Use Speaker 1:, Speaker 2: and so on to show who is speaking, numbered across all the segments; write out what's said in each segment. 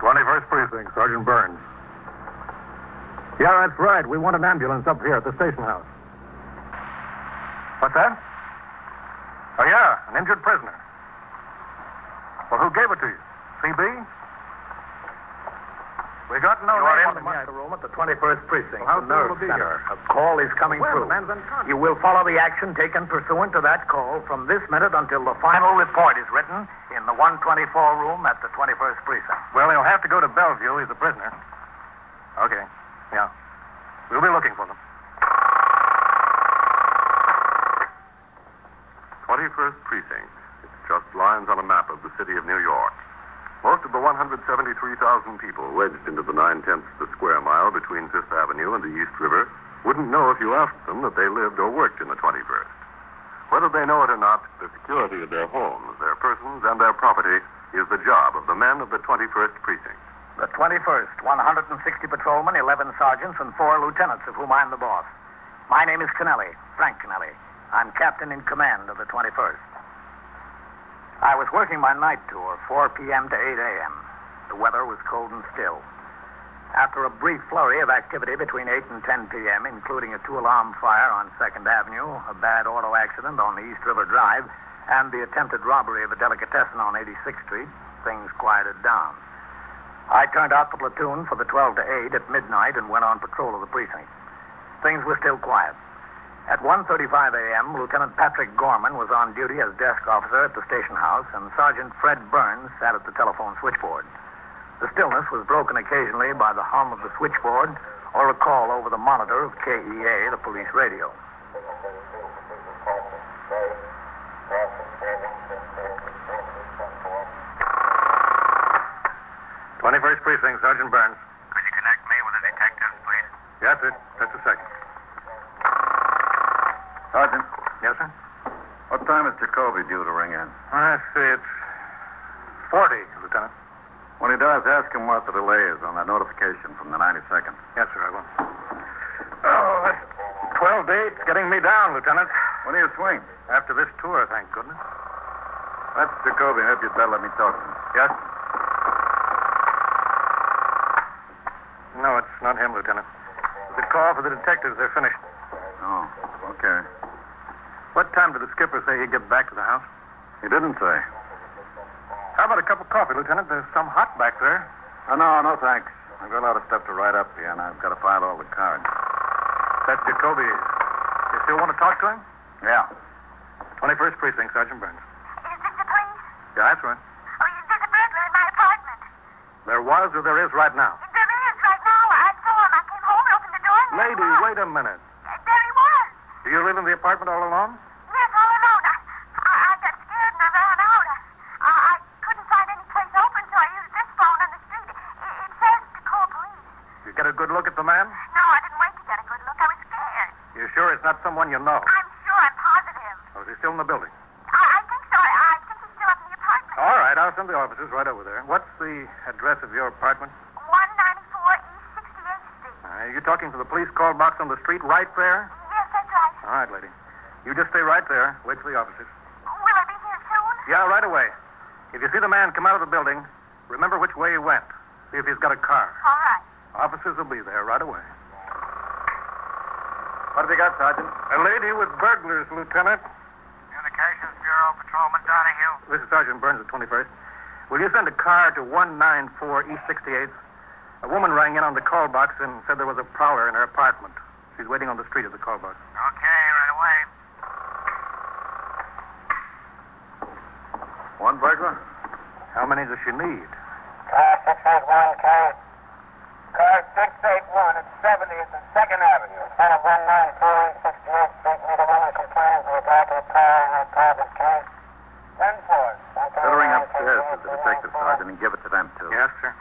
Speaker 1: Precinct, Sergeant Burns. Yeah, that's right. We want an ambulance up here at the station house. What's that? Oh, yeah, an injured prisoner. Well, who gave it to you? CB? We got no
Speaker 2: You
Speaker 1: name
Speaker 2: are
Speaker 1: on
Speaker 2: in
Speaker 1: the
Speaker 2: the
Speaker 1: muster.
Speaker 2: master room at the 21st precinct,
Speaker 1: Well, how
Speaker 2: the
Speaker 1: soon
Speaker 2: nerve
Speaker 1: will be
Speaker 2: center. A call is coming
Speaker 1: Well, the
Speaker 2: through.
Speaker 1: man's unconscious.
Speaker 2: You will follow the action taken pursuant to that call from this minute until the final report is written in the 124 room at the 21st precinct.
Speaker 1: Well, he'll have to go to Bellevue. He's a prisoner. Okay. Yeah. We'll be looking for them.
Speaker 3: 21st Precinct. It's just lines on a map of the city of New York. Most of the 173,000 people wedged into the nine-tenths of the square mile between Fifth Avenue and the East River wouldn't know if you asked them that they lived or worked in the 21st. Whether they know it or not, the security of their homes, their persons, and their property is the job of the men of the 21st Precinct.
Speaker 2: The 21st, 160 patrolmen, 11 sergeants, and four lieutenants, of whom I'm the boss. My name is Kennelly, Frank Kennelly. I'm captain in command of the 21st. I was working my night tour, 4 p.m. to 8 a.m. The weather was cold and still. After a brief flurry of activity between 8 and 10 p.m., including a two-alarm fire on 2nd Avenue, a bad auto accident on the East River Drive, and the attempted robbery of a delicatessen on 86th Street, things quieted down. I turned out the platoon for the 12 to 8 at midnight and went on patrol of the precinct. Things were still quiet. At 1.35 a.m., Lieutenant Patrick Gorman was on duty as desk officer at the station house, and Sergeant Fred Burns sat at the telephone switchboard. The stillness was broken occasionally by the hum of the switchboard or a call over the monitor of KEA, the police radio.
Speaker 1: Twenty-first precinct, Sergeant Burns.
Speaker 4: Could you connect me with a detective, please?
Speaker 1: Yes, sir. Just a second.
Speaker 5: Sergeant,
Speaker 1: Yes, sir.
Speaker 5: what time is Jacoby due to ring in?
Speaker 1: I see. It's forty, Lieutenant.
Speaker 5: When he does, ask him what the delay is on that notification from the 92nd.
Speaker 1: Yes, sir. I will. Oh, that's twelve days. Getting me down, Lieutenant.
Speaker 5: When do you swing?
Speaker 1: After this tour, thank goodness.
Speaker 5: That's Jacoby. Hope you'd better let me talk to him.
Speaker 1: Yes. No, it's not him, Lieutenant. The call for the detectives. They're finished.
Speaker 5: Oh, okay.
Speaker 1: What time did the skipper say he'd get back to the house?
Speaker 5: He didn't say.
Speaker 1: How about a cup of coffee, Lieutenant? There's some hot back there.
Speaker 5: Oh, no, no thanks. I've got a lot of stuff to write up here, and I've got to file all the cards.
Speaker 1: That's Jacoby. You still want to talk to him?
Speaker 5: Yeah.
Speaker 1: 21st Precinct, Sergeant Burns.
Speaker 6: Is this the police?
Speaker 1: Yeah, that's right.
Speaker 6: Oh, you did the burglar in my apartment.
Speaker 1: There was or there is right now.
Speaker 6: There he is right now. I saw him. I came home and opened the door. And there he
Speaker 1: Lady,
Speaker 6: was.
Speaker 1: wait a minute.
Speaker 6: Uh, There he was.
Speaker 1: Do you live in the apartment all alone?
Speaker 6: Yes, all alone. I, I, I got scared and I ran out. I, I, I couldn't find any place open, so I used this phone on the street. It, it says to call police.
Speaker 1: You get a good look at the man?
Speaker 6: No, I didn't wait to get a good look. I was scared.
Speaker 1: You sure it's not someone you know?
Speaker 6: I'm sure. I'm positive.
Speaker 1: Or is he still in the building?
Speaker 6: I, I think so. I, I think he's still up in the apartment.
Speaker 1: All right, I'll send the officers right over there. What's the address of your apartment?
Speaker 6: 194 East 68th Street.
Speaker 1: Uh, are you talking to the police call box on the street right there?
Speaker 6: Yes, that's right.
Speaker 1: All right, lady. You just stay right there. Wait for the officers.
Speaker 6: Will I be here soon?
Speaker 1: Yeah, right away. If you see the man come out of the building, remember which way he went. See if he's got a car.
Speaker 6: All right.
Speaker 1: Officers will be there right away.
Speaker 5: What have you got, Sergeant?
Speaker 1: A lady with burglars, Lieutenant.
Speaker 4: Communications Bureau Patrolman Donahue.
Speaker 1: This is Sergeant Burns of 21st. Will you send a car to 194 East 68th? A woman rang in on the call box and said there was a prowler in her apartment. She's waiting on the street at the call box.
Speaker 4: Okay, right away.
Speaker 5: One burglar?
Speaker 1: How many does she need?
Speaker 2: Car 681, car. Car 681 at 70th and 2nd Avenue. Son of 194 and 68th Street, meet a woman complaining to the back of the car in her apartment, car. 10
Speaker 5: Better ring upstairs to the detective, Sergeant, and give it to them, too.
Speaker 1: Yes, sir.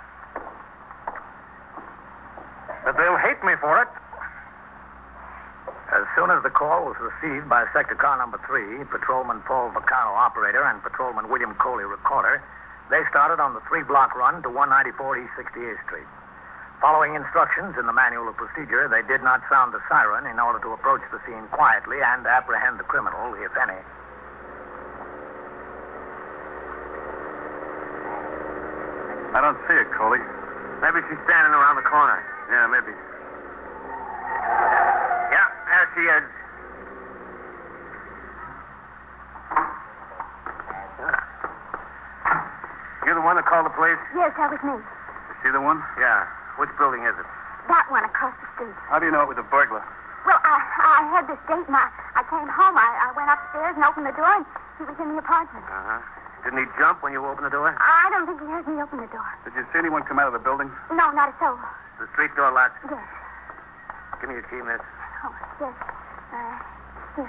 Speaker 1: But they'll hate me for it.
Speaker 2: As soon as the call was received by Sector Car Number 3, Patrolman Paul Vacano, operator, and Patrolman William Coley, recorder, they started on the three-block run to 194 East 68th Street. Following instructions in the manual of procedure, they did not sound the siren in order to approach the scene quietly and apprehend the criminal, if any.
Speaker 5: I don't see it, Coley.
Speaker 1: Maybe she's standing around the corner.
Speaker 5: Yeah, maybe.
Speaker 1: Yeah, there she is. You're the one that called the police?
Speaker 7: Yes, that was me.
Speaker 5: See the one?
Speaker 1: Yeah. Which building is it?
Speaker 7: That one across the street.
Speaker 5: How do you know it was a burglar?
Speaker 7: Well, I, I had this date and I, I came home. I, I went upstairs and opened the door and he was in the apartment.
Speaker 1: Uh-huh. Didn't he jump when you opened the door?
Speaker 7: I don't think he heard me open the door.
Speaker 5: Did you see anyone come out of the building?
Speaker 7: No, not at all.
Speaker 1: The street door locked.
Speaker 7: Yes.
Speaker 1: Give me your key, miss.
Speaker 7: Oh, yes. Uh,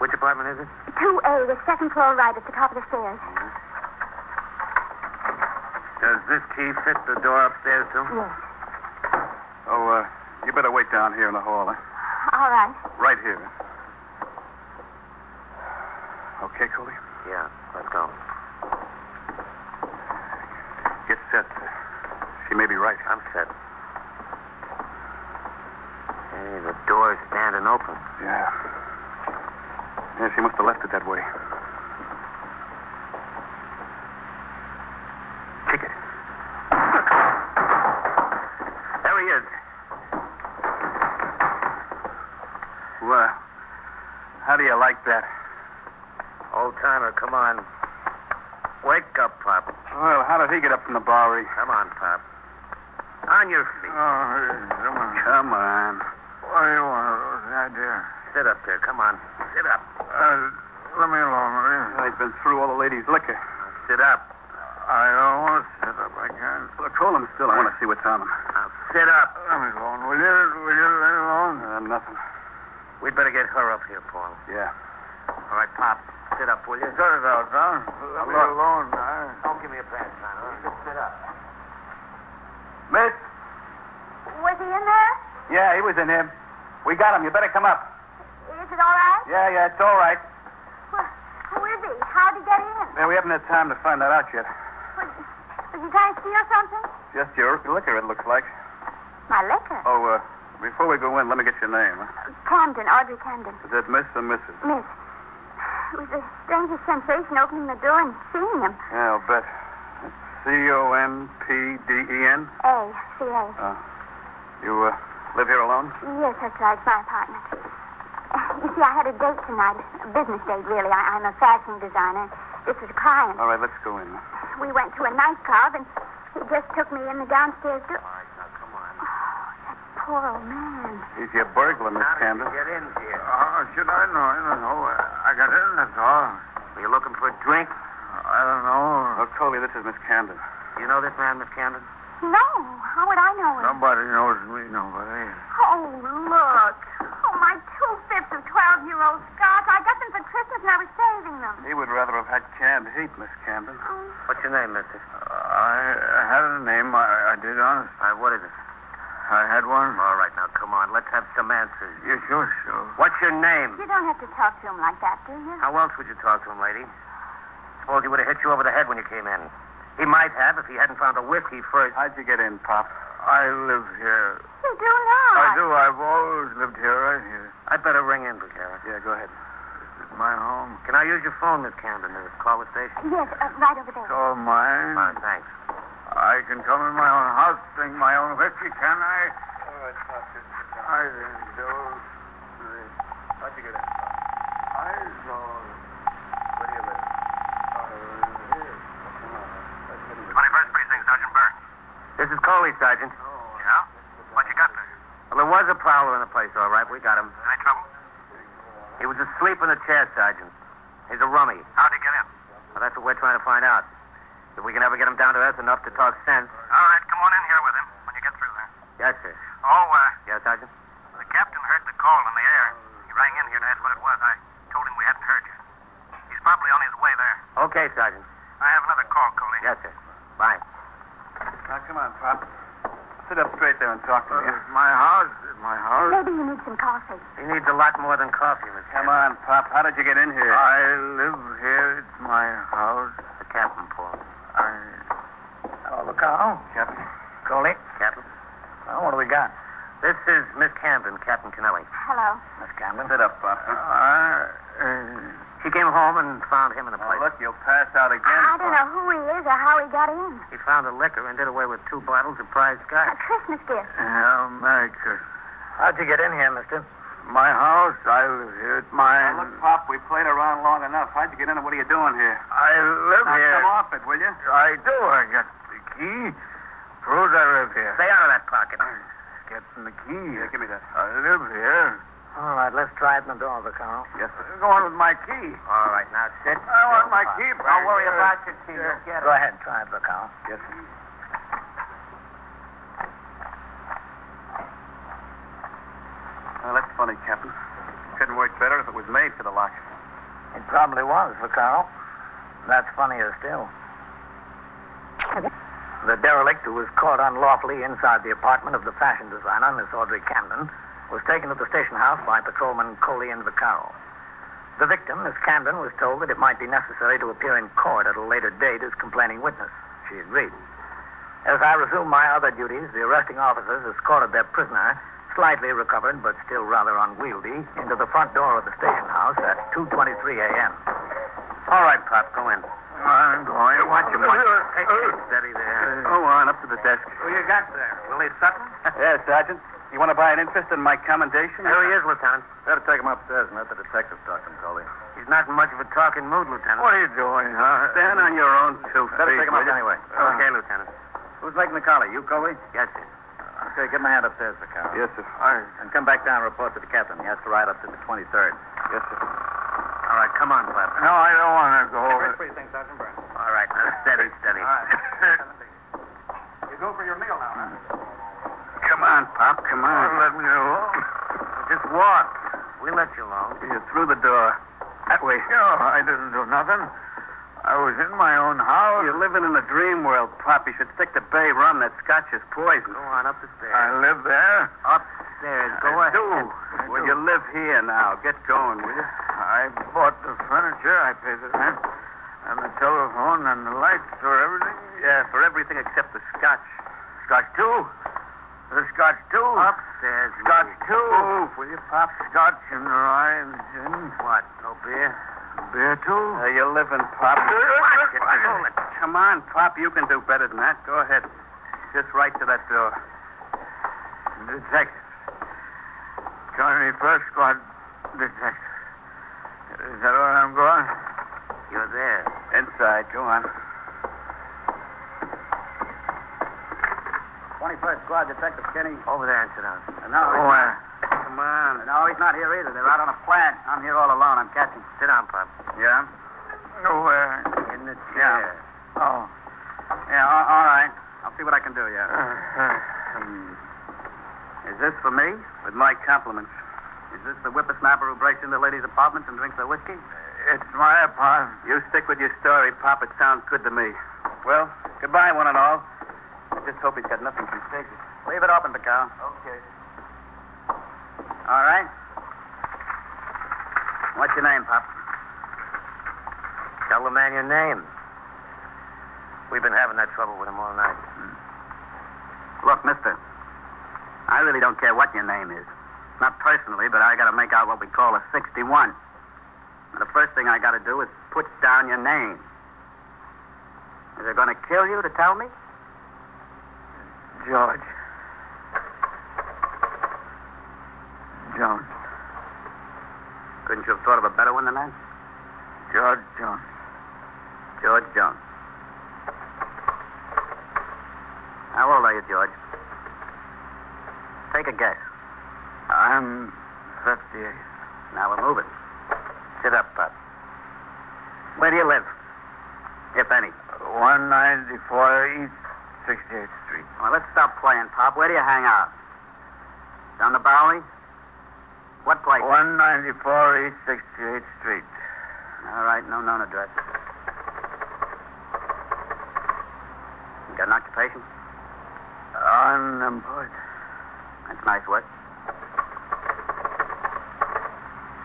Speaker 1: Which apartment is it?
Speaker 7: 2A, the second floor right at the top of the stairs.
Speaker 1: Does this key fit the door upstairs, too?
Speaker 7: Yes.
Speaker 5: Oh, uh, you better wait down here in the hall, huh?
Speaker 7: All right.
Speaker 5: Right here. Okay, Coley?
Speaker 1: Yeah, let's go.
Speaker 5: Get set. She may be right.
Speaker 1: I'm set. Hey, the door's standing open.
Speaker 5: Yeah. Yeah, she must have left it that way. Kick it.
Speaker 1: There he is.
Speaker 5: Well, how do you like that?
Speaker 1: Old timer, come on. Wake up, Pop.
Speaker 5: Well, how did he get up from the Bowery?
Speaker 1: Come on, Pop. On your feet.
Speaker 2: Oh,
Speaker 5: come on. Come on.
Speaker 2: What do you want? Right there.
Speaker 1: Sit up there. Come on. Sit up.
Speaker 2: Uh, let me alone, will you?
Speaker 5: He's been through all the ladies' liquor.
Speaker 1: Sit up.
Speaker 2: I don't want to sit up. I can't.
Speaker 5: Look, hold him still. I want to see what's on him.
Speaker 1: Now, sit up.
Speaker 2: Let me alone, will you? Will you let me alone?
Speaker 5: Uh, nothing.
Speaker 1: We'd better get her up here, Paul.
Speaker 5: Yeah.
Speaker 1: All right, Pop. Sit up, will you?
Speaker 2: Cut it out, Don. Let me
Speaker 1: Look.
Speaker 2: alone. I...
Speaker 1: Don't give me a bad sign, all right? Just sit up.
Speaker 5: Miss?
Speaker 7: Was he in there?
Speaker 5: Yeah, he was in him. We got him. You better come up.
Speaker 7: Is it all right?
Speaker 5: Yeah, yeah, it's all right.
Speaker 7: Well, who is he? How'd he get in?
Speaker 5: Man, we haven't had time to find that out yet.
Speaker 7: Was, was he trying to steal something?
Speaker 5: Just your liquor, it looks like.
Speaker 7: My liquor.
Speaker 5: Oh, uh, before we go in, let me get your name. huh?
Speaker 7: Camden, Audrey Camden.
Speaker 5: Is it Miss or Mrs.?
Speaker 7: Miss. It was the strangest sensation opening the door and seeing him.
Speaker 5: Yeah, I'll bet. C O M P D E N.
Speaker 7: A, C A.
Speaker 5: You uh, live here alone?
Speaker 7: Yes, that's right. It's my apartment. You see, I had a date tonight, a business date, really. I, I'm a fashion designer. This is a client.
Speaker 5: All right, let's go in.
Speaker 7: We went to a nightclub, and he just took me in the downstairs door. Oh,
Speaker 1: All right, now, come on.
Speaker 7: Poor old man.
Speaker 5: He's your burglar, Miss
Speaker 1: Now did
Speaker 5: Camden.
Speaker 1: you get in here?
Speaker 2: Oh, should I know? I don't know. I got in, that's all.
Speaker 1: Were you looking for a drink?
Speaker 2: I don't know.
Speaker 5: Oh, Coley, this is Miss Camden.
Speaker 1: You know this man, Miss Camden?
Speaker 7: No, Oh, how would I know him?
Speaker 2: Nobody knows me, nobody.
Speaker 7: Oh, look. Oh, my two fifths of 12 year old scarves. I got them for Christmas, and I was saving them.
Speaker 5: He would rather have had canned heat, Miss Camden.
Speaker 1: What's your name, mister?
Speaker 2: I had a name. I, I did, honest.
Speaker 1: All right, what is it?
Speaker 2: I had one.
Speaker 1: All right, now, come on. Let's have some answers.
Speaker 2: Yeah, sure, sure.
Speaker 1: What's your name?
Speaker 7: You don't have to talk to him like that, do you?
Speaker 1: How else would you talk to him, lady? Suppose he would have hit you over the head when you came in. He might have if he hadn't found a whiskey first.
Speaker 5: How'd you get in, Pop?
Speaker 2: I live here.
Speaker 7: You do not.
Speaker 2: I do. I've always lived here, right here.
Speaker 1: I'd better ring in, Bucara.
Speaker 5: Yeah, go ahead.
Speaker 2: It's my home.
Speaker 1: Can I use your phone, Miss Camden, to call the station?
Speaker 7: Yes, uh, right over
Speaker 2: It's
Speaker 7: there.
Speaker 2: all mine.
Speaker 1: Fine, thanks.
Speaker 2: I can come in my own house, drink my own whiskey, can I? I didn't do it. How'd you get it? I know. Where do you live? I live here.
Speaker 4: 21st Precinct, Sergeant Burke.
Speaker 1: This is Coley, Sergeant.
Speaker 4: Yeah? What you got there?
Speaker 1: Well, there was a prowler in the place, all right. We got him.
Speaker 4: Any trouble?
Speaker 1: He was asleep in the chair, Sergeant. He's a rummy.
Speaker 4: How'd he get in?
Speaker 1: Well, that's what we're trying to find out. If we can ever get him down to earth enough to talk sense.
Speaker 4: All right, come on in here with him when you get through there.
Speaker 1: Yes, sir.
Speaker 4: Oh, uh,
Speaker 1: Yes, Sergeant?
Speaker 4: the captain heard the call in the air. He rang in here to ask what it was. I told him we hadn't heard you. He's probably on his way there.
Speaker 1: Okay, Sergeant.
Speaker 4: I have another call, Coley.
Speaker 1: Yes, sir. Bye.
Speaker 5: Now, Ah, come on, Pop. Sit up straight there and talk to me.
Speaker 2: It's Uh, my house. It's my house.
Speaker 7: Maybe you need some coffee.
Speaker 1: He needs a lot more than coffee, Miss
Speaker 5: Come
Speaker 1: Camden.
Speaker 5: on, Pop. How did you get in here?
Speaker 2: I live here. It's my house.
Speaker 1: The captain, Paul.
Speaker 2: I.
Speaker 1: Oh, look out.
Speaker 5: Captain.
Speaker 1: Coley? Captain.
Speaker 5: Oh, what do we got?
Speaker 1: This is Miss Camden, Captain Kennelly.
Speaker 7: Hello.
Speaker 5: Oh,
Speaker 1: Miss Camden?
Speaker 5: Sit up, Pop.
Speaker 2: I. Uh,
Speaker 1: She
Speaker 2: came home and found him in the place.
Speaker 5: look, you'll pass out again.
Speaker 7: I, I don't know who he is or how he got in.
Speaker 2: He found a liquor and did away with two bottles of prize
Speaker 7: A
Speaker 2: scotch.
Speaker 7: Christmas gift.
Speaker 1: Oh, Merry Christmas.
Speaker 2: How'd you get in here, mister?
Speaker 1: My house, I live here. It's mine.
Speaker 5: Now, Oh, look, Pop, we played around long enough. How'd you get in and what are you doing here?
Speaker 1: I live
Speaker 5: Now,
Speaker 1: here.
Speaker 5: come off it, will you?
Speaker 1: I do. I got the key. Proves I live here.
Speaker 2: Stay out of that pocket.
Speaker 1: Getting the key.
Speaker 5: Here, give me that.
Speaker 1: I live here.
Speaker 2: All right, let's try it in the door, Vaccaro.
Speaker 5: Yes, sir.
Speaker 1: Go on with my key.
Speaker 2: All right, now sit.
Speaker 1: I want my key. Don't worry about your key.
Speaker 2: Go ahead, try it, Vaccaro.
Speaker 5: Yes, sir. Well, that's funny, Captain. Couldn't work better if it was made for the lock.
Speaker 2: It probably was, Vaccaro. That's funnier still. The derelict who was caught unlawfully inside the apartment of the fashion designer, Miss Audrey Camden, was taken to the station house by patrolman Coley and Vaccaro. The victim, Miss Camden, was told that it might be necessary to appear in court at a later date as complaining witness. She agreed. As I resumed my other duties, the arresting officers escorted their prisoner, slightly recovered but still rather unwieldy, into the front door of the station house at 2.23 a.m. All right, Pop, go in.
Speaker 1: I'm going.
Speaker 2: Watch him, watch him. Hey,
Speaker 1: Uh,
Speaker 2: hey, steady there.
Speaker 5: Go on, up to the desk.
Speaker 2: Who you got there? Willie Sutton?
Speaker 5: Yes, Sergeant. You want to buy an interest in my commendation?
Speaker 2: There he is, Lieutenant.
Speaker 5: Better take him upstairs and let the detective talk him, Coley.
Speaker 2: He's not in much of a talking mood, Lieutenant.
Speaker 1: What are you doing, huh?
Speaker 5: Stand on your own two
Speaker 1: Better take him up
Speaker 5: anyway. Uh,
Speaker 2: Okay, Lieutenant.
Speaker 5: Who's making the collie? You, Coley?
Speaker 2: Yes, sir.
Speaker 5: Okay, get my hand upstairs, Vaccaro.
Speaker 1: Yes, sir. I,
Speaker 5: And come back down and report to the captain. He has to ride up to the 23rd.
Speaker 1: yes, sir.
Speaker 2: All right, come on, Pop.
Speaker 1: No, I don't want to go. over.
Speaker 5: you think, Sergeant Burns?
Speaker 2: All right, now steady, steady.
Speaker 5: You go for your meal now, huh? Come on, Pop, come
Speaker 1: Don't
Speaker 5: on.
Speaker 1: let me alone.
Speaker 2: Just walk. We let you alone.
Speaker 5: You're through the door. That way.
Speaker 1: No, I didn't do nothing. I was in my own house.
Speaker 5: You're living in a dream world, Pop. You should stick to Bay Rum. That scotch is poison.
Speaker 2: Go on, up the stairs.
Speaker 1: Oh, I live there.
Speaker 2: Upstairs, go
Speaker 5: I
Speaker 2: ahead.
Speaker 5: do. Well, you live here now. Get going, will you?
Speaker 1: I bought the furniture. I paid the rent. And the telephone and the lights for everything.
Speaker 5: Yeah, for everything except the scotch.
Speaker 1: Scotch too. The Scotch too.
Speaker 2: Upstairs,
Speaker 1: Scotch
Speaker 2: Louie.
Speaker 1: too.
Speaker 5: Move, will you, Pop?
Speaker 1: Scotch and rye and gin.
Speaker 2: What? No beer?
Speaker 1: Beer too.
Speaker 5: Uh, you're living, Pop.
Speaker 2: Watch it.
Speaker 5: Hold it. Come on, Pop. You can do better than that. Go ahead. Just right to that door.
Speaker 1: Detective. Johnny First Squad detective. Is that where I'm going?
Speaker 2: You're there.
Speaker 5: Inside. Go on. 21st Squad Detective Kenny.
Speaker 2: Over there and sit down.
Speaker 5: No,
Speaker 1: Oh, uh,
Speaker 5: come on.
Speaker 2: No, he's not here either. They're out on a plan. I'm here all alone. I'm catching. Sit down, Pop.
Speaker 5: Yeah?
Speaker 1: nowhere.
Speaker 2: In the
Speaker 5: Yeah.
Speaker 2: chair.
Speaker 1: Oh.
Speaker 5: Yeah, all, all right. I'll see what I can do, yeah.
Speaker 1: Uh,
Speaker 5: Hmm. Is this for me? With my compliments. Is this the whippersnapper who breaks into ladies' apartments and drinks their whiskey?
Speaker 1: it's my apartment.
Speaker 5: You stick with your story, Pop. It sounds good to me. Well, goodbye, one and all. I just hope he's got nothing contagious. Leave it open, Picard.
Speaker 1: Okay.
Speaker 5: All right. What's your name, Pop?
Speaker 2: Tell the man your name. We've been having that trouble with him all night.
Speaker 5: Look, mister, I really don't care what your name is. Not personally, but I gotta make out what we call a 61. And the first thing I gotta do is put down your name. Is it gonna kill you to tell me?
Speaker 1: George. Jones.
Speaker 5: Couldn't you have thought of a better one than that?
Speaker 1: George Jones.
Speaker 5: George Jones. How old are you, George? Take a guess.
Speaker 1: I'm 58.
Speaker 5: Now we're moving. Sit up, uh, Pop. Where do you live? If any.
Speaker 1: 194 East 68th Street.
Speaker 5: Well, let's stop playing, Pop. Where do you hang out? Down the Bowery? What place?
Speaker 1: 194 East 68th Street.
Speaker 5: All right, no known address. You got an occupation?
Speaker 1: Unemployed.
Speaker 5: That's nice work.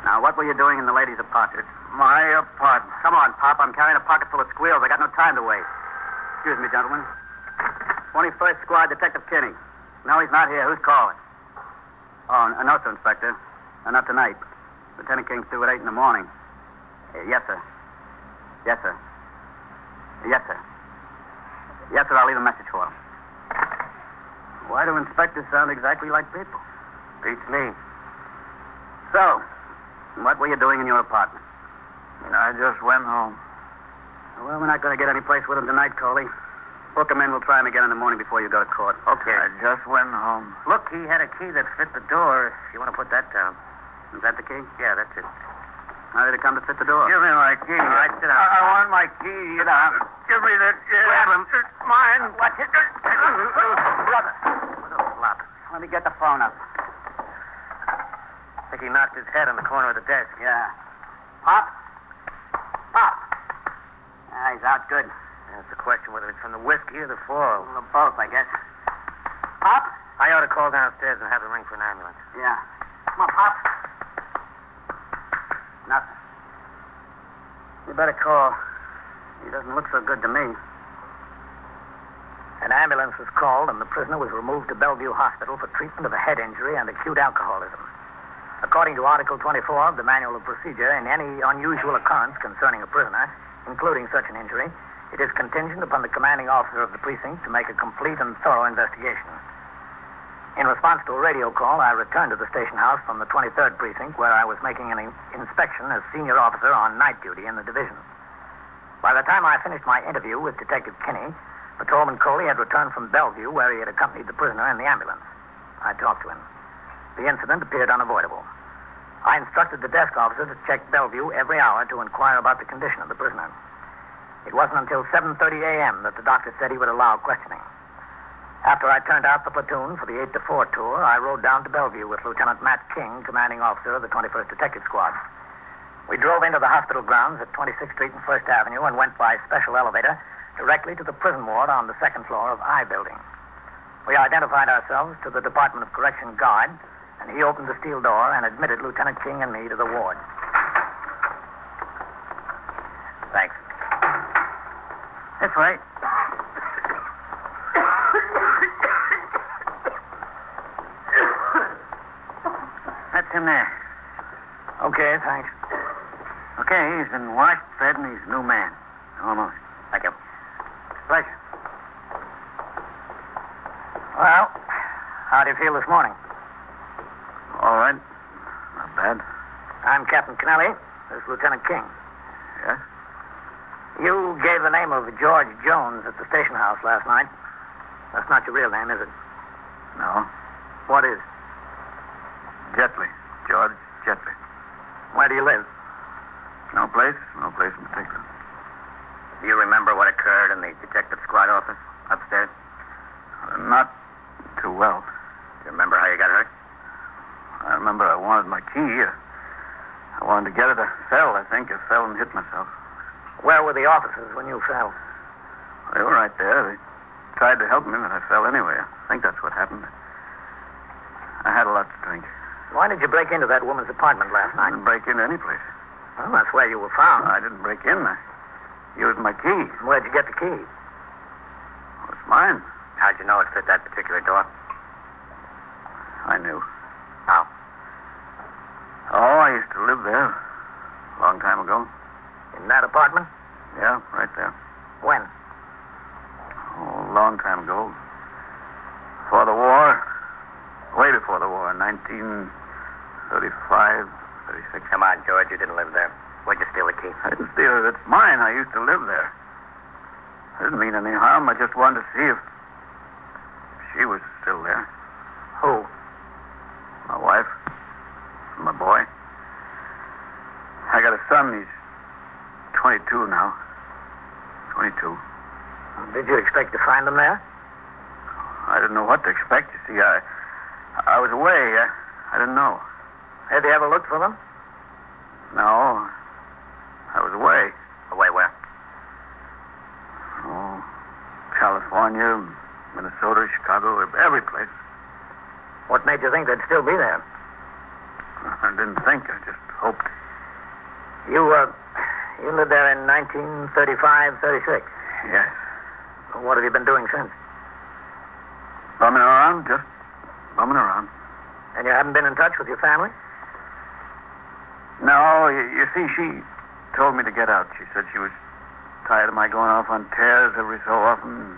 Speaker 5: Now, what were you doing in the ladies' apartment?
Speaker 1: My apartment.
Speaker 5: Come on, Pop. I'm carrying a pocket full of squeals. I got no time to waste. Excuse me, gentlemen. 21st Squad Detective Kinney. No, he's not here. Who's calling? Oh, n- no, sir, Uh, Inspector. Uh, not tonight. Lieutenant King's due at 8 in the morning.
Speaker 6: Uh, Yes, sir. Yes, sir. Yes, sir. Yes, sir, I'll leave a message for him. Why do inspectors sound exactly like people?
Speaker 4: Beats me.
Speaker 6: So, what were you doing in your apartment?
Speaker 5: I just went home.
Speaker 6: Well, we're not going to get any place with him tonight, Coley. Book him in. We'll try him again in the morning before you go to court.
Speaker 4: Okay.
Speaker 5: I just went home.
Speaker 4: Look, he had a key that fit the door. If you want to put that down.
Speaker 6: Is that the key?
Speaker 4: Yeah, that's it.
Speaker 6: How did it come to fit the door?
Speaker 4: Give me my key. All right, sit down.
Speaker 5: I, I want my key. Get out. Give me that.
Speaker 4: Grab him.
Speaker 5: It's mine.
Speaker 4: Watch it. Brother. What a flop.
Speaker 6: Let me get the phone up.
Speaker 4: I think he knocked his head on the corner of the desk.
Speaker 6: Yeah. Pop? Pop. Ah, he's out good.
Speaker 4: And it's a question whether it's from the whiskey or the fall.
Speaker 6: Well, both, I guess. Pop?
Speaker 4: I ought to call downstairs and have them ring for an ambulance.
Speaker 6: Yeah. Come on, Pop. Nothing. You better call. He doesn't look so good to me.
Speaker 2: An ambulance was called, and the prisoner was removed to Bellevue Hospital for treatment of a head injury and acute alcoholism. According to Article 24 of the Manual of Procedure, in any unusual occurrence concerning a prisoner, including such an injury, it is contingent upon the commanding officer of the precinct to make a complete and thorough investigation. In response to a radio call, I returned to the station house from the 23rd precinct, where I was making an in- inspection as senior officer on night duty in the division. By the time I finished my interview with Detective Kinney, Patrolman Coley had returned from Bellevue, where he had accompanied the prisoner in the ambulance. I talked to him. The incident appeared unavoidable. I instructed the desk officer to check Bellevue every hour to inquire about the condition of the prisoner. It wasn't until 7.30 a.m. that the doctor said he would allow questioning. After I turned out the platoon for the 8 to 4 tour, I rode down to Bellevue with Lieutenant Matt King, commanding officer of the 21st Detective Squad. We drove into the hospital grounds at 26th Street and 1st Avenue and went by special elevator directly to the prison ward on the second floor of I Building. We identified ourselves to the Department of Correction guard, and he opened the steel door and admitted Lieutenant King and me to the ward. Thanks.
Speaker 6: That's right.
Speaker 4: That's him there.
Speaker 2: Okay, thanks.
Speaker 4: Okay, he's been washed, fed, and he's a new man. Almost. Thank you. Pleasure.
Speaker 2: Well, how do you feel this morning?
Speaker 5: All right. Not bad.
Speaker 2: I'm Captain Kennelly. This is Lieutenant King.
Speaker 5: Yes?
Speaker 2: You gave the name of George Jones at the station house last night. That's not your real name, is it?
Speaker 5: No.
Speaker 2: What is?
Speaker 5: Jetley. George Jetley.
Speaker 2: Where do you live?
Speaker 5: No place? No place in particular.
Speaker 4: Do you remember what occurred in the detective squad office upstairs?
Speaker 5: Uh, Not too well.
Speaker 4: Do you remember how you got hurt?
Speaker 5: I remember I wanted my key. I wanted to get it. I fell, I think. I fell and hit myself.
Speaker 2: Where were the officers when you fell?
Speaker 5: They were right there. They tried to help me, but I fell anyway. I think that's what happened. I had a lot to drink.
Speaker 2: Why did you break into that woman's apartment last
Speaker 5: I
Speaker 2: night?
Speaker 5: didn't break into any place.
Speaker 2: Well, that's where you were found.
Speaker 5: I didn't break in. I used my key.
Speaker 2: Where'd you get the key?
Speaker 5: It was mine.
Speaker 4: How'd you know it fit that particular door?
Speaker 5: I knew.
Speaker 4: How?
Speaker 5: Oh, I used to live there a long time ago.
Speaker 2: In that apartment?
Speaker 5: Yeah, right there.
Speaker 2: When?
Speaker 5: Oh, a long time ago. Before the war. Way before the war, 1935, 36.
Speaker 4: Come on, George, you didn't live there. Where'd you steal the key?
Speaker 5: I didn't steal it. It's mine. I used to live there. I didn't mean any harm. I just wanted to see if she was still there.
Speaker 2: Who?
Speaker 5: My wife. My boy. I got a son. He's 22 now. 22.
Speaker 2: Did you expect to find them there?
Speaker 5: I didn't know what to expect. You see, I, I was away. I, I didn't know.
Speaker 2: Have you ever looked for them?
Speaker 5: No, I was away.
Speaker 4: Away where?
Speaker 5: Oh, California, Minnesota, Chicago, every place.
Speaker 2: What made you think they'd still be there?
Speaker 5: I didn't think. I just hoped.
Speaker 2: You, uh, you lived there in 1935, 36.
Speaker 5: Yes.
Speaker 2: What have you been doing since?
Speaker 5: Bumming around, just bumming around.
Speaker 2: And you haven't been in touch with your family?
Speaker 5: No, you, you see, she told me to get out. She said she was tired of my going off on tears every so often,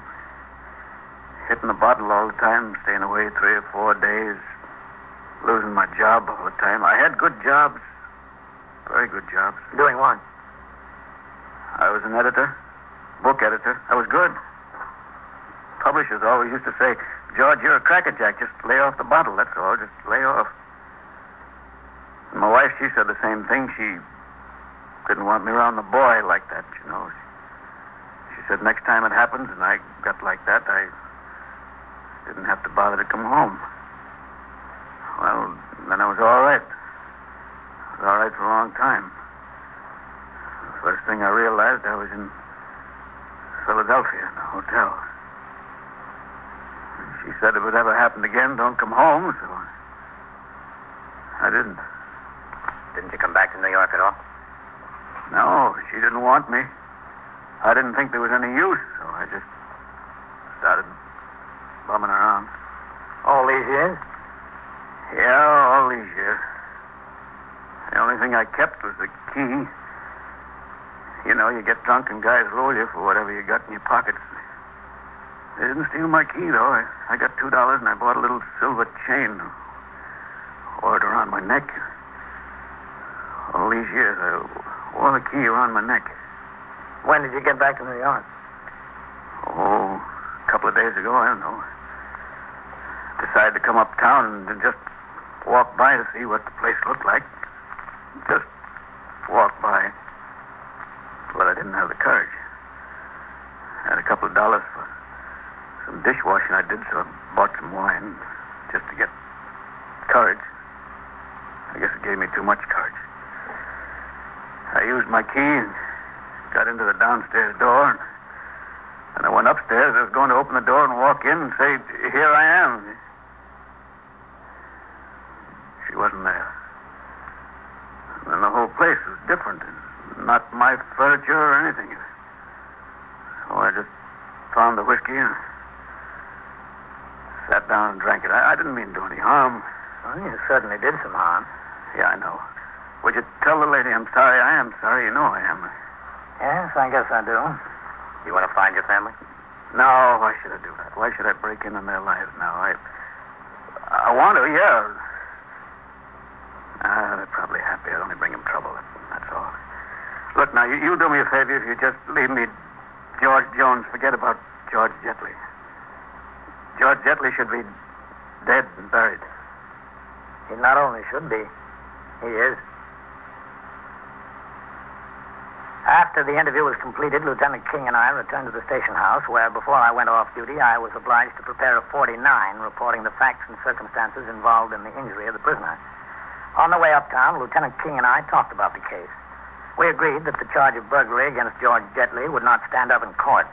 Speaker 5: hitting the bottle all the time, staying away three or four days, losing my job all the time. I had good jobs, very good jobs.
Speaker 2: Doing what?
Speaker 5: I was an editor, book editor. I was good. Publishers always used to say, George, you're a crackerjack. Just lay off the bottle, that's all. Just lay off. And my wife, she said the same thing. She didn't want me around the boy like that, you know. She, she said next time it happens and I got like that, I didn't have to bother to come home. Well, then I was all right. I was all right for a long time. First thing I realized, I was in Philadelphia in a hotel. She said if it ever happened again, don't come home, so I didn't.
Speaker 2: Didn't you come back to New York at all?
Speaker 5: No, she didn't want me. I didn't think there was any use, so I just started bumming around.
Speaker 2: All these years?
Speaker 5: Yeah, all these years. The only thing I kept was the key. You know, you get drunk and guys roll you for whatever you got in your pockets. They didn't steal my key, though. I, I got two dollars and I bought a little silver chain. Wore it around my neck. All these years I wore the key around my neck.
Speaker 2: When did you get back to New York?
Speaker 5: Oh, a couple of days ago, I don't know. Decided to come uptown and just walk by to see what the place looked like. Just walk by. Well, I didn't have the courage. I had a couple of dollars for some dishwashing I did, so I bought some wine just to get courage. I guess it gave me too much courage. I used my key and got into the downstairs door, and, and I went upstairs. I was going to open the door and walk in and say, Here I am. She wasn't there. And then the whole place was different. Not my furniture or anything. So I just found the whiskey and sat down and drank it. I, I didn't mean to do any harm.
Speaker 2: Well, you certainly did some harm.
Speaker 5: Yeah, I know. Would you tell the lady I'm sorry? I am sorry. You know I am.
Speaker 2: Yes, I guess I do.
Speaker 6: You want to find your family?
Speaker 5: No, why should I do that? Why should I break in on their lives now? I, I want to, yeah. Ah, they're probably happy. I'd only bring them trouble. That's all. Look, now, you, you do me a favor if you just leave me George Jones. Forget about George Jetley. George Jetley should be dead and buried.
Speaker 2: He not only should be, he is. After the interview was completed, Lieutenant King and I returned to the station house, where before I went off duty, I was obliged to prepare a 49 reporting the facts and circumstances involved in the injury of the prisoner. On the way uptown, Lieutenant King and I talked about the case. We agreed that the charge of burglary against George Jetley would not stand up in court.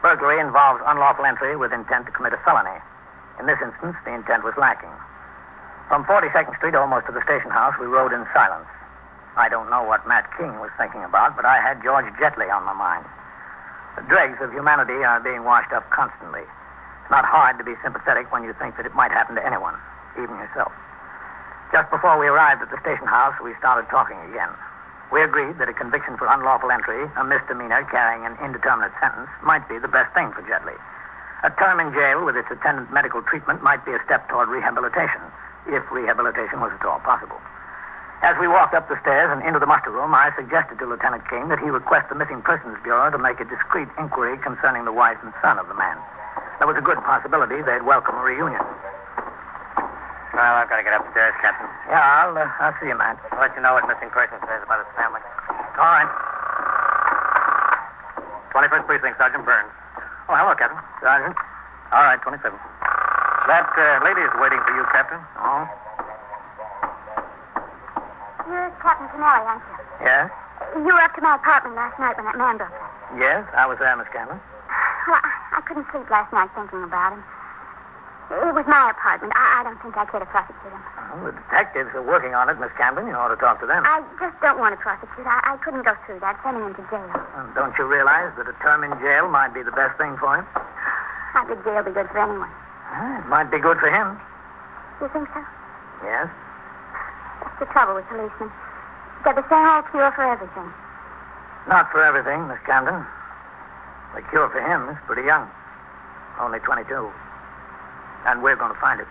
Speaker 2: Burglary involves unlawful entry with intent to commit a felony. In this instance, the intent was lacking. From 42nd Street almost to the station house, we rode in silence. I don't know what Matt King was thinking about, but I had George Jetley on my mind. The dregs of humanity are being washed up constantly. It's not hard to be sympathetic when you think that it might happen to anyone, even yourself. Just before we arrived at the station house, we started talking again. We agreed that a conviction for unlawful entry, a misdemeanor carrying an indeterminate sentence, might be the best thing for Jetley. A term in jail with its attendant medical treatment might be a step toward rehabilitation, if rehabilitation was at all possible. As we walked up the stairs and into the muster room, I suggested to Lieutenant King that he request the Missing Persons Bureau to make a discreet inquiry concerning the wife and son of the man. There was a good possibility they'd welcome a reunion.
Speaker 6: Well, I've got to get upstairs, Captain.
Speaker 2: Yeah, I'll, uh, I'll see you, Matt.
Speaker 6: I'll let you know what missing person says about his family.
Speaker 2: All right.
Speaker 6: 21st Precinct, Sergeant Burns. Oh, hello, Captain.
Speaker 2: Sergeant.
Speaker 6: All right, 27. That uh, lady is waiting for you, Captain.
Speaker 2: Oh,
Speaker 7: You're Captain Canelli, aren't you?
Speaker 2: yes?
Speaker 7: You were up to my apartment last night when that man broke in.
Speaker 2: Yes, I was there, Miss Scanlon.
Speaker 7: Well, I, I couldn't sleep last night thinking about him. It was my apartment. I, I don't think I care to prosecute him.
Speaker 2: Well, the detectives are working on it, Miss Camden. You ought to talk to them.
Speaker 7: I just don't want to prosecute. I, I couldn't go through that, sending him to jail.
Speaker 2: Uh, Don't you realize that a term in jail might be the best thing for him?
Speaker 7: I think jail be good for anyone.
Speaker 2: Uh, It might be good for him.
Speaker 7: You think so?
Speaker 2: Yes?
Speaker 7: That's the trouble with policemen. They're the same old cure for everything.
Speaker 2: Not for everything, Miss Camden. The cure for him is pretty young. Only 22. And we're going to find it.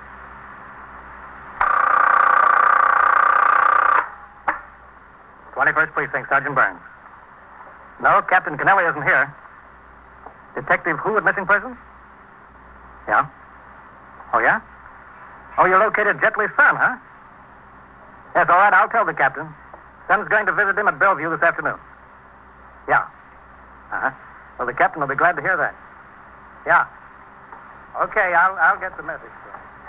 Speaker 2: Twenty-first precinct, Sergeant Burns. No, Captain Kennelly isn't here. Detective who at missing persons? Yeah. Oh, yeah? Oh, you located Jetley's son, huh? Yes, all right, I'll tell the captain. Son's going to visit him at Bellevue this afternoon. Yeah. Uh-huh. Well, the captain will be glad to hear that. Yeah. Okay, I'll, I'll get the message.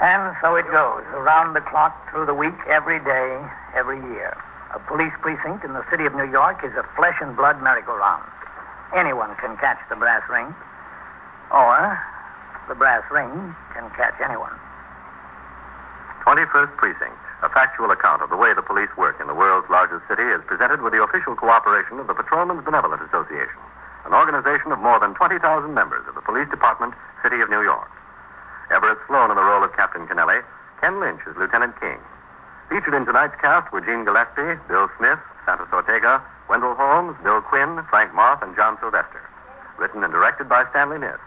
Speaker 2: And so it goes, around the clock, through the week, every day, every year. A police precinct in the city of New York is a flesh and blood merry-go-round. Anyone can catch the brass ring, or the brass ring can catch anyone.
Speaker 1: 21st Precinct, a factual account of the way the police work in the world's largest city, is presented with the official cooperation of the Patrolmen's Benevolent Association, an organization of more than 20,000 members of the Police Department, City of New York. Everett Sloan in the role of Captain Kennelly, Ken Lynch as Lieutenant King. Featured in tonight's cast were Gene Gillespie, Bill Smith, Santos Ortega, Wendell Holmes, Bill Quinn, Frank Moth, and John Sylvester. Written and directed by Stanley Niss.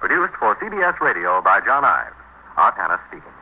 Speaker 1: Produced for CBS Radio by John Ives. Art Hannah speaking.